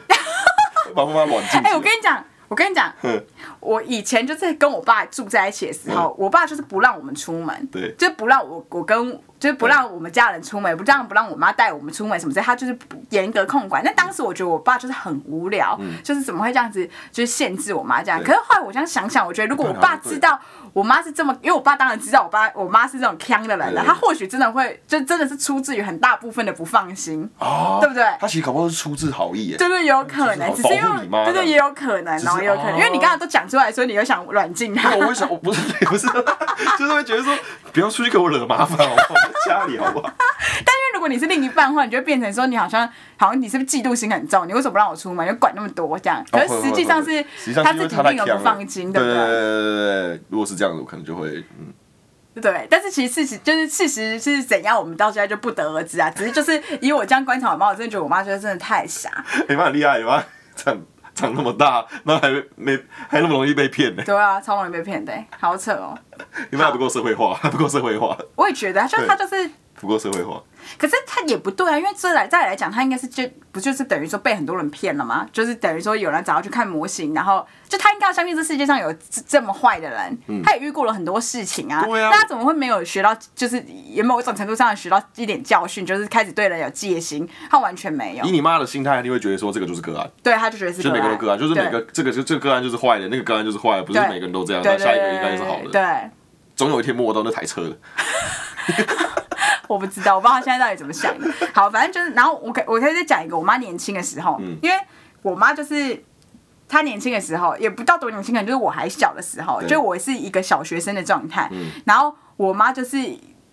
[SPEAKER 1] 把妈妈软禁起来。
[SPEAKER 2] 哎、我跟你讲，我跟你讲，
[SPEAKER 1] 哼嗯
[SPEAKER 2] 我以前就是跟我爸住在一起的时候，我爸就是不让我们出门，
[SPEAKER 1] 对
[SPEAKER 2] 就是不让我我跟就是不让我们家人出门，不让不让我妈带我们出门什么之类，他就是不严格控管。但当时我觉得我爸就是很无聊，就是怎么会这样子，就是限制我妈这样。
[SPEAKER 1] 嗯对
[SPEAKER 2] 可是后来我这样想想，我觉得如果我
[SPEAKER 1] 对
[SPEAKER 2] 爸
[SPEAKER 1] 啊对
[SPEAKER 2] 知道我妈是这么，因为我爸当然知道我爸我妈是这种腔的人了，
[SPEAKER 1] 对
[SPEAKER 2] 他或许真的会就真的是出自于很大部分的不放心，
[SPEAKER 1] 哦
[SPEAKER 2] 对不对
[SPEAKER 1] 他其实搞不好是出自好意耶。
[SPEAKER 2] 对对，有可能，欸
[SPEAKER 1] 就
[SPEAKER 2] 只
[SPEAKER 1] 是好
[SPEAKER 2] 是因
[SPEAKER 1] 保护
[SPEAKER 2] 为
[SPEAKER 1] 你妈
[SPEAKER 2] 对
[SPEAKER 1] 这样
[SPEAKER 2] 对也有可能
[SPEAKER 1] 只
[SPEAKER 2] 哦，
[SPEAKER 1] 是
[SPEAKER 2] 也有可能，因为
[SPEAKER 1] 哦
[SPEAKER 2] 你刚刚都讲出来，所以你又想软禁他
[SPEAKER 1] 那。我会想，我不是不是，就是会觉得说不要出去给我惹麻烦，好不好？在家里好不好？
[SPEAKER 2] 但因为如果你是另一半的话，你就会变成说你好像好像你是不是嫉妒心很重？你为什么不让我出门？就管那么多这样？可
[SPEAKER 1] 哦
[SPEAKER 2] 是
[SPEAKER 1] 会
[SPEAKER 2] 实际上
[SPEAKER 1] 会
[SPEAKER 2] 是
[SPEAKER 1] 会实际上
[SPEAKER 2] 他
[SPEAKER 1] 是因
[SPEAKER 2] 自
[SPEAKER 1] 为
[SPEAKER 2] 己
[SPEAKER 1] 太
[SPEAKER 2] 并有
[SPEAKER 1] 强
[SPEAKER 2] 不
[SPEAKER 1] 了
[SPEAKER 2] 放心，
[SPEAKER 1] 对
[SPEAKER 2] 不
[SPEAKER 1] 对
[SPEAKER 2] 对？
[SPEAKER 1] 对对对如果是这样子，我可能就会嗯，
[SPEAKER 2] 对不对，但是其实事实就是事实是怎样，我们到现在就不得而知啊。只是就是以我这样观察我妈，我真的觉得我妈真的真的太傻。
[SPEAKER 1] 你妈很厉害，你妈长长那么大，那还没还那么容易被骗呢？
[SPEAKER 2] 对啊，超容易被骗的、好扯哦。
[SPEAKER 1] 你妈还不够社会化，还不够社会化，
[SPEAKER 2] 我也觉得啊，就是
[SPEAKER 1] 对
[SPEAKER 2] 她就是
[SPEAKER 1] 不够社会化。
[SPEAKER 2] 可是他也不对啊，因为这来再来讲，他应该是就不就是等于说被很多人骗了吗？就是等于说有人找他去看模型，然后就他应该要相信这世界上有这这么坏的人，他也遇过了很多事情啊。
[SPEAKER 1] 对啊
[SPEAKER 2] 那他怎么会没有学到？就是也某种程度上学到一点教训，就是开始对人有戒心，他完全没有
[SPEAKER 1] 以。你妈的心态，你会觉得说这个就是个案，
[SPEAKER 2] 对，他就觉得是
[SPEAKER 1] 就是每个都个案，就是每
[SPEAKER 2] 对
[SPEAKER 1] 个这个就这个个案就是坏的，那个个案就是坏的，不是
[SPEAKER 2] 对
[SPEAKER 1] 每个人都这样，
[SPEAKER 2] 对
[SPEAKER 1] 那
[SPEAKER 2] 对
[SPEAKER 1] 下一个应该是好
[SPEAKER 2] 对
[SPEAKER 1] 的，
[SPEAKER 2] 对，
[SPEAKER 1] 总有一天摸到那台车的。
[SPEAKER 2] 我不知道，我不知道他现在到底怎么想的。好，反正就是，然后我可我可以再讲一个我妈年轻的时候，
[SPEAKER 1] 嗯
[SPEAKER 2] 因为我妈就是她年轻的时候，也不到多年轻，可能就是我还小的时候，
[SPEAKER 1] 对嗯
[SPEAKER 2] 就我是一个小学生的状态。然后我妈就是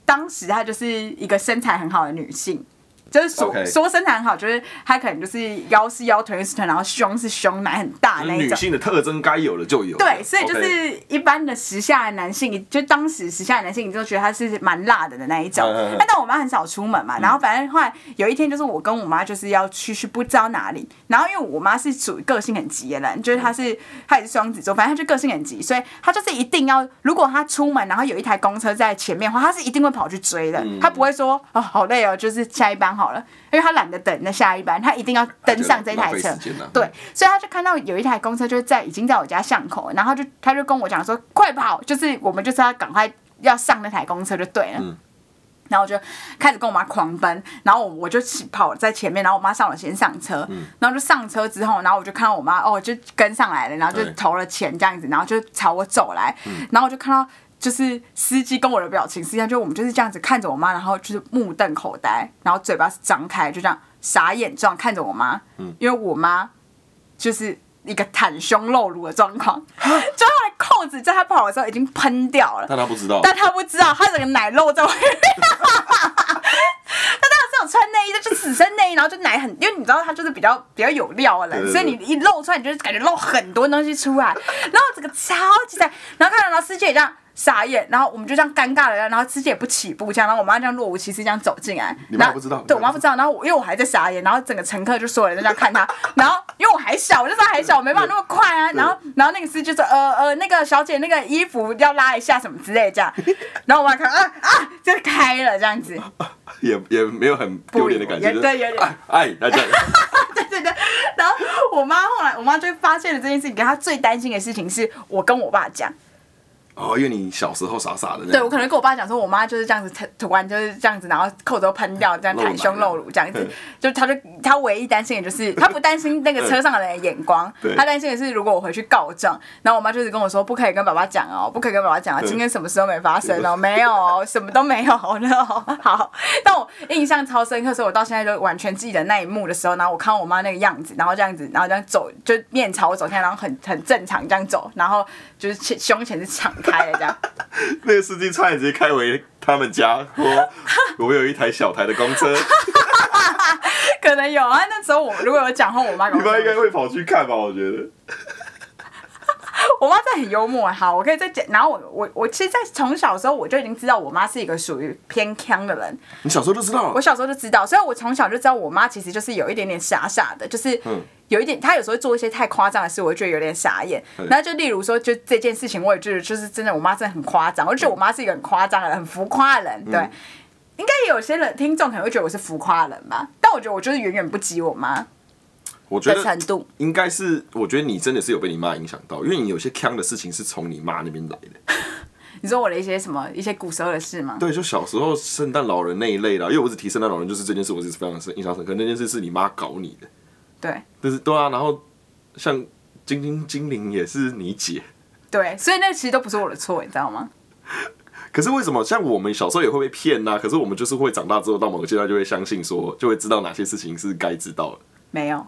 [SPEAKER 2] 当时她就是一个身材很好的女性。就是说
[SPEAKER 1] OK
[SPEAKER 2] 说身材很好，就是她可能就是腰是腰，臀是臀，然后胸是胸，奶很大
[SPEAKER 1] 就是
[SPEAKER 2] 那一
[SPEAKER 1] 女
[SPEAKER 2] 种。
[SPEAKER 1] 性的特征该有的就有。
[SPEAKER 2] 对，所以就
[SPEAKER 1] OK
[SPEAKER 2] 是一般的时下的男性，就当时时下的男性，你就觉得他是蛮辣的的那一种
[SPEAKER 1] 嗯嗯嗯。嗯
[SPEAKER 2] 但但我妈很少出门嘛，然后反正后来有一天，就是我跟我妈就是要去去不知道哪里，然后因为我妈是属于个性很急的人，就是
[SPEAKER 1] 嗯
[SPEAKER 2] 她是她也是双子座，反正她就个性很急，所以她就是一定要，如果她出门然后有一台公车在前面的话，她是一定会跑去追的，
[SPEAKER 1] 嗯
[SPEAKER 2] 她不会说哦好累哦，就是下一班好了，因为她懒得等那下一班，她一定要登上这台
[SPEAKER 1] 浪
[SPEAKER 2] 车
[SPEAKER 1] 费时间啊，
[SPEAKER 2] 对。所以他就看到有一台公车就是在已经在我家巷口了，然后就他就跟我讲说快跑，就是我们就是要赶快要上那台公车就对了。然后我就开始跟我妈狂奔，然后我我就起跑在前面，然后我妈上了先上车，然后就上车之后，然后我就看到我妈哦就跟上来了，然后就
[SPEAKER 1] 对
[SPEAKER 2] 投了钱这样子，然后就朝我走来，然后我就看到就是司机跟我的表情是一样，就我们就是这样子看着我妈，然后就是目瞪口呆，然后嘴巴是张开，就这样傻眼状看着我妈，因为我妈就是一个袒胸露乳的状况，就她的扣子在她跑的时候已经喷掉了，
[SPEAKER 1] 但她不知道，
[SPEAKER 2] 但她不知道她整个奶露在外面。 她当时有穿内衣，就是死身内衣，然后就奶很，因为你知道她就是比较比较有料的人，
[SPEAKER 1] 对对
[SPEAKER 2] 所以你一露出来，你就感觉露很多东西出来，然后整个超级惨，然后看到然后司机也这样。傻眼，然后我们就这样尴尬了，然后司机也不起步，这样，然后我妈这样若无其事这样走进来，
[SPEAKER 1] 你妈
[SPEAKER 2] 然后
[SPEAKER 1] 不知道
[SPEAKER 2] 对我妈不知道，然后我因为我还在傻眼，然后整个乘客就所有人都这样看她，然后因为我还小，我那时候还小，我没办法那么快啊，然后然后那个司机就说呃呃那个小姐那个衣服要拉一下什么之类的 这样，然后我妈看啊啊就开了这样子，
[SPEAKER 1] 也也没有很丢脸的感觉，
[SPEAKER 2] 也对有点
[SPEAKER 1] 哎哎，大家
[SPEAKER 2] 对对对，然后我妈后来我妈就发现了这件事情，可她最担心的事情是我跟我爸讲，
[SPEAKER 1] 哦，因为你小时候傻傻的那样，
[SPEAKER 2] 对我可能跟我爸讲说，我妈就是这样子突突然就是这样子，然后扣子都喷掉，这样
[SPEAKER 1] 嗯露奶
[SPEAKER 2] 袒胸露乳这样子
[SPEAKER 1] 嗯，
[SPEAKER 2] 就他就他唯一担心的就是，他不担心那个车上的人的眼光
[SPEAKER 1] 对，
[SPEAKER 2] 他担心的是如果我回去告状，然后我妈就是跟我说不可以跟爸爸讲哦，不可以跟爸爸讲啊，
[SPEAKER 1] 对
[SPEAKER 2] 今天什么事都没发生哦，没有哦，什么都没有哦，然后好，但我印象超深刻，所以我到现在都完全记得那一幕的时候，然后我看我妈那个样子，然后这样子，然后这样走，就面朝我走向，然后很很正常这样走，然后就是前胸前是敞开的这样。
[SPEAKER 1] 那个司机差点直接开回他们家，说 我有一台小台的公车，
[SPEAKER 2] 可能有啊，那时候我如果有讲话，我妈搞
[SPEAKER 1] 你
[SPEAKER 2] 不好
[SPEAKER 1] 妈应该会跑去看吧？我觉得。
[SPEAKER 2] 我妈真的很幽默欸。好，我可以再讲。然后我我我其实，在从小的时候我就已经知道我妈是一个属于偏腔的人。
[SPEAKER 1] 你小时候就知道
[SPEAKER 2] 我
[SPEAKER 1] 了，
[SPEAKER 2] 小时候就知道，所以我从小就知道我妈其实就是有一点点傻傻的，就是
[SPEAKER 1] 嗯
[SPEAKER 2] 有一点，她有时候会做一些太夸张的事，我会觉得有点傻眼。
[SPEAKER 1] 嗯
[SPEAKER 2] 然后就例如说，就这件事情，我也觉得就是真的，我妈真的很夸张，我就觉得我妈是一个很夸
[SPEAKER 1] 嗯
[SPEAKER 2] 张的人，很浮夸的人，对。应该也有些人听众可能会觉得我是浮夸的人吧，但我觉得我就是远远不及我妈
[SPEAKER 1] 我觉
[SPEAKER 2] 的程
[SPEAKER 1] 得
[SPEAKER 2] 度。
[SPEAKER 1] 应该是，我觉得你真的是有被你妈影响到，因为你有些坑的事情是从你妈那边来的。
[SPEAKER 2] 你说我的一些什么一些古时候的事吗？
[SPEAKER 1] 对，就小时候圣诞老人那一类的啊，因为我只提圣诞老人，就是这件事我是非常深印象深刻。那件事是你妈搞你的，
[SPEAKER 2] 对
[SPEAKER 1] 但是对啊，然后像精灵精灵也是你姐，
[SPEAKER 2] 对，所以那其实都不是我的错，你知道吗？
[SPEAKER 1] 可是为什么像我们小时候也会被骗啊呐、可是我们就是会长大之后到某个阶段就会相信说，就会知道哪些事情是该知道的。
[SPEAKER 2] 没有，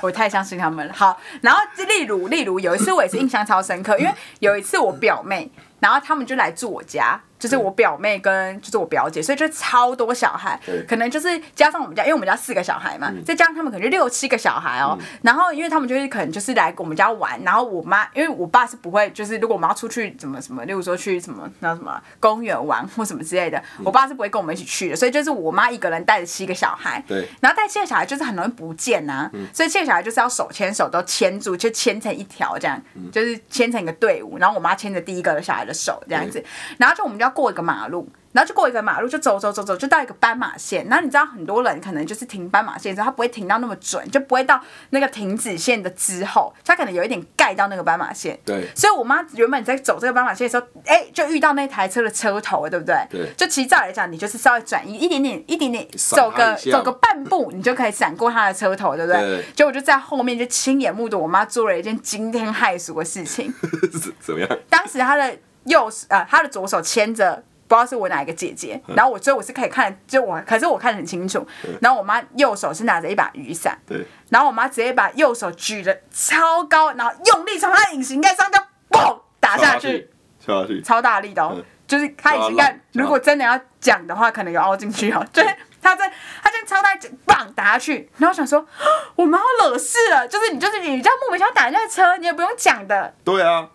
[SPEAKER 2] 我太相信他们了。好，然后例如例如有一次我也是印象超深刻，因为有一次我表妹，然后他们就来住我家，就是我表妹跟就是我表姐，所以就超多小孩
[SPEAKER 1] 嗯对，嗯
[SPEAKER 2] 可能就是加上我们家，因为我们家四个小孩嘛，再加上他们可能就六七个小孩哦。然后因为他们就是可能就是来我们家玩，然后我妈因为我爸是不会，就是如果我们要出去怎么什么，例如说去什么那什么公园玩或什么之类的，我爸是不会跟我们一起去的，所以就是我妈一个人带着七个小孩，
[SPEAKER 1] 对
[SPEAKER 2] 然后带七个小孩就是很容易不见呐、所以七个小孩就是要手牵手都牵住，就牵成一条这样，就是牵成一个队伍。然后我妈牵着第一个小孩的手这样子，然后就我们就要过一个马路，然后就过一个马路就走走走走，就到一个斑马线。然后你知道很多人可能就是停斑马线之后，他不会停到那么准，就不会到那个停止线的之后，他可能有一点盖到那个斑马线。
[SPEAKER 1] 对
[SPEAKER 2] 所以我妈原本在走这个斑马线的时候，哎、就遇到那台车的车头了，对不对？
[SPEAKER 1] 对
[SPEAKER 2] 就其实照理讲，你就是稍微转移一点点，一点点
[SPEAKER 1] 闪
[SPEAKER 2] 走
[SPEAKER 1] 他
[SPEAKER 2] 个
[SPEAKER 1] 一下
[SPEAKER 2] 走个半步，你就可以闪过他的车头，对不对？
[SPEAKER 1] 对
[SPEAKER 2] 结果我就在后面就亲眼目睹我妈做了一件惊天骇俗的事情。
[SPEAKER 1] 是怎么样？
[SPEAKER 2] 当时她的右手呃，她的左手牵着。不知道是我哪一个姐姐，然后我所以我是可以看，就我可是我看得很清楚。然后我妈右手是拿着一把雨伞，
[SPEAKER 1] 对，
[SPEAKER 2] 然后我妈直接把右手举得超高，然后用力从她的隐形盖上就嘣打下去，，
[SPEAKER 1] 跳下去，
[SPEAKER 2] 超大力的哦。
[SPEAKER 1] 嗯
[SPEAKER 2] 就是她隐形
[SPEAKER 1] 抓到嗯
[SPEAKER 2] 盖
[SPEAKER 1] 了，
[SPEAKER 2] 如果真的要讲的话，可能有凹进去哦。就是她在她就超大力棒打下去，然后我想说，啊我妈要惹事了，就是你就是你这样莫名其妙打人家的车，你也不用讲的。
[SPEAKER 1] 对啊，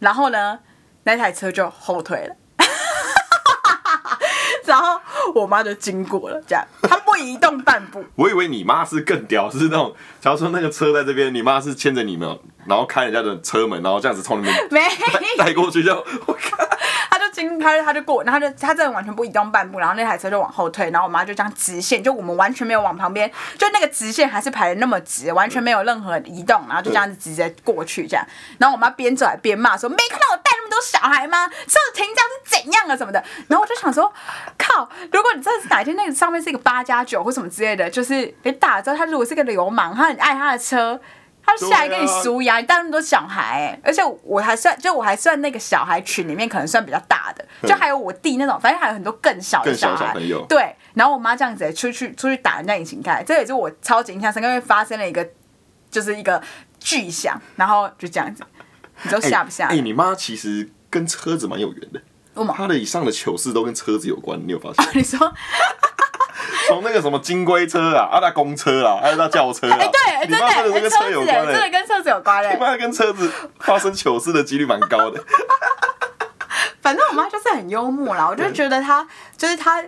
[SPEAKER 2] 然后呢，那台车就后退了。 然后我妈就经过了，这样她不移动半步，
[SPEAKER 1] 我以为你妈是更屌，是那种，假如说那个车在这边，你妈是牵着你们，然后开人家的车门，然后这样子 从你们
[SPEAKER 2] 没
[SPEAKER 1] 带带过去，就我靠，
[SPEAKER 2] 他就经他他就过，然后他就他真的完全不移动半步，然后那台车就往后退，然后我妈就这样直线，就我们完全没有往旁边，就那个直线还是排的那么直，完全没有任何移动，然后就这样子直接过去这样。然后我妈边走还边骂说：“没看到我带那么多小孩吗？车子停这样是怎样啊什么的。”然后我就想说，靠，如果你真的是哪一天那个上面是一个八加九或什么之类的，就是被打了之后，他如果是个流氓，他很爱他的车。他就下来跟你
[SPEAKER 1] 对啊
[SPEAKER 2] 输乌鸦，你带那么多小孩、欸，而且我还算，就我还算那个小孩群里面可能算比较大的，就还有我弟那种，反正还有很多更小
[SPEAKER 1] 嗯
[SPEAKER 2] 的
[SPEAKER 1] 更小
[SPEAKER 2] 孩。
[SPEAKER 1] 的小朋友
[SPEAKER 2] 对，然后我妈这样子、欸、出去出去打人家引擎盖，这也是我超级印象深刻，因为发生了一个就是一个巨响，然后就这样子，你说 吓不吓
[SPEAKER 1] 哎、
[SPEAKER 2] 人？
[SPEAKER 1] 你妈其实跟车子蛮有缘的，
[SPEAKER 2] 我妈、
[SPEAKER 1] 她的以上的糗事都跟车子有关，你有发现？
[SPEAKER 2] 你说
[SPEAKER 1] 从那个什么金龟车啊，啊到公车啊，还有到轿车啊，
[SPEAKER 2] 哎、对，
[SPEAKER 1] 你妈真的是
[SPEAKER 2] 真的
[SPEAKER 1] 跟
[SPEAKER 2] 车
[SPEAKER 1] 车有
[SPEAKER 2] 子、欸，
[SPEAKER 1] 关
[SPEAKER 2] 真的
[SPEAKER 1] 的，
[SPEAKER 2] 跟车子有 关嘞、
[SPEAKER 1] 你妈跟车子发生糗事的几率蛮高 的。
[SPEAKER 2] 反正我妈就是很幽默啦，我就觉得她就是她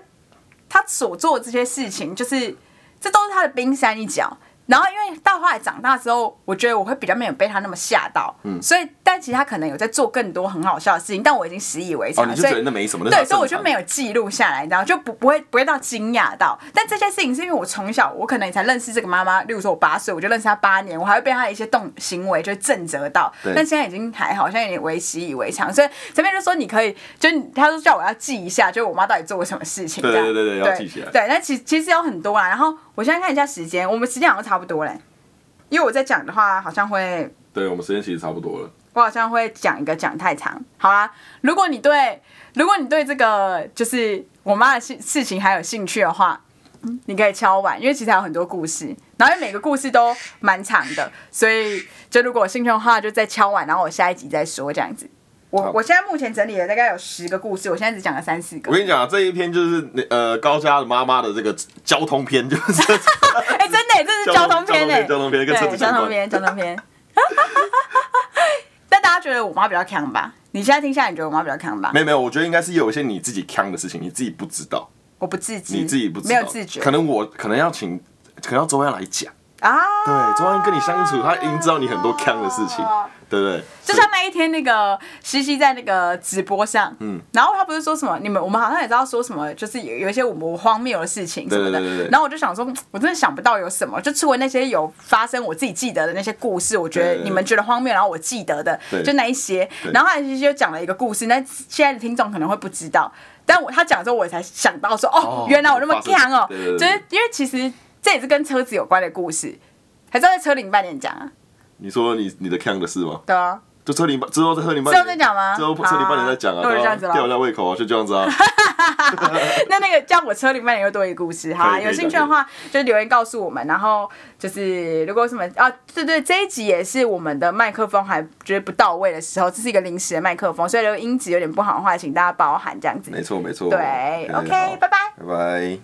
[SPEAKER 2] 她所做的这些事情，就是这都是她的冰山一角。然后因为到后来长大之后，我觉得我会比较没有被他那么吓到，嗯，所以但其实他可能有在做更多很好笑的事情，但我已经习以为
[SPEAKER 1] 哦，
[SPEAKER 2] 常
[SPEAKER 1] 你
[SPEAKER 2] 了，
[SPEAKER 1] 就
[SPEAKER 2] 所
[SPEAKER 1] 觉得
[SPEAKER 2] 以
[SPEAKER 1] 那没什么，那
[SPEAKER 2] 对，所以我就没
[SPEAKER 1] 有
[SPEAKER 2] 有记录下来，你知道，就不不会不会到惊讶到。但这件事情是因为我从小，我可能也才认识这个妈妈，例如说我八岁，我就认识她八年，我还会被她的一些动行为就震折到。
[SPEAKER 1] 对
[SPEAKER 2] 但现在已经还好，现在有点为习以为常。所以这边就说你可以，就他说叫我要记一下，就我妈到底做过什么事情。
[SPEAKER 1] 对
[SPEAKER 2] 这样
[SPEAKER 1] 对对对
[SPEAKER 2] 对，
[SPEAKER 1] 要记起来
[SPEAKER 2] 对，但其其实有很多啦。然后我现在看一下时间，我们时间好像差不多嘞，因为我在讲的话好像会
[SPEAKER 1] 对我们时间其实差不多了。
[SPEAKER 2] 我好像会讲一个讲太长。好啦，如果你对如果你对这个就是我妈的事事情还有兴趣的话，嗯你可以敲碗，因为其实还有很多故事，然后因为每个故事都蛮长的，所以就如果有兴趣的话，就再敲碗，然后我下一集再说这样子。我
[SPEAKER 1] 好
[SPEAKER 2] 我现在目前整理了大概有十个故事，我现在只讲了三四个
[SPEAKER 1] 我。跟你讲啊，这一篇就是呃高嘉的妈妈的这个交通篇， 就是
[SPEAKER 2] 哎、真的耶，这是交通篇哎，
[SPEAKER 1] 交通篇交通篇跟车
[SPEAKER 2] 对，
[SPEAKER 1] 子
[SPEAKER 2] 交
[SPEAKER 1] 相关
[SPEAKER 2] 通篇，交通篇。 但大家觉得我妈比较强吧？你现在听下来，你觉得我妈比较强吧？
[SPEAKER 1] 没有没有，我觉得应该是有一些你自己坑的事情，你自己不知道，
[SPEAKER 2] 我不自知，
[SPEAKER 1] 你自己不知
[SPEAKER 2] 嗯没
[SPEAKER 1] 道，
[SPEAKER 2] 有自觉，
[SPEAKER 1] 可能我可能要请，可能要周安来讲。
[SPEAKER 2] 啊，
[SPEAKER 1] 对，周安跟你相处，他已经知道你很多坑的事情，对不对？
[SPEAKER 2] 啊就像那一天那个西西在那个直播上，嗯，然后他不是说什么你们我们好像也知道说什么，就是有有一些我们荒谬的事情什么的，
[SPEAKER 1] 对对对对对
[SPEAKER 2] 然后我就想说，嗯我真的想不到有什么，就除了那些有发生我自己记得的那些故事，我觉
[SPEAKER 1] 对
[SPEAKER 2] 得
[SPEAKER 1] 对对
[SPEAKER 2] 你们觉得荒谬，然后我记得的
[SPEAKER 1] 对
[SPEAKER 2] 就那一些，
[SPEAKER 1] 对
[SPEAKER 2] 然后后来西西就讲了一个故事，那现在的听众可能会不知道，但我他讲之后我才想到说，哦
[SPEAKER 1] 哦，
[SPEAKER 2] 原来我那么
[SPEAKER 1] 发生
[SPEAKER 2] 强哦，
[SPEAKER 1] 对对对
[SPEAKER 2] 就是因为其实这也是跟车子有关的故事，还是要在车龄半年讲啊，
[SPEAKER 1] 你说你你的坑的事吗？
[SPEAKER 2] 对啊。
[SPEAKER 1] 就车龄半之后在车龄半
[SPEAKER 2] 之后
[SPEAKER 1] 年
[SPEAKER 2] 再讲吗
[SPEAKER 1] 之后车龄半年再讲啊，
[SPEAKER 2] 好啊那我就
[SPEAKER 1] 对
[SPEAKER 2] 这
[SPEAKER 1] 啊
[SPEAKER 2] 样子咯
[SPEAKER 1] 吊人家胃口啊，就这样子 啊。
[SPEAKER 2] 那那个叫我车里面又多一个故事，好、啊，
[SPEAKER 1] 可以可
[SPEAKER 2] 有
[SPEAKER 1] 以
[SPEAKER 2] 兴趣的话就留言告诉我们。然后就是如果有什么啊，对对，这一集也是我们的麦克风还觉得不到位的时候，这是一个临时的麦克风，所以如果音质有点不好的话，请大家包涵这样子。
[SPEAKER 1] 没错没错，
[SPEAKER 2] 对
[SPEAKER 1] 嗯
[SPEAKER 2] ，OK，
[SPEAKER 1] 好
[SPEAKER 2] 拜拜。
[SPEAKER 1] 拜拜。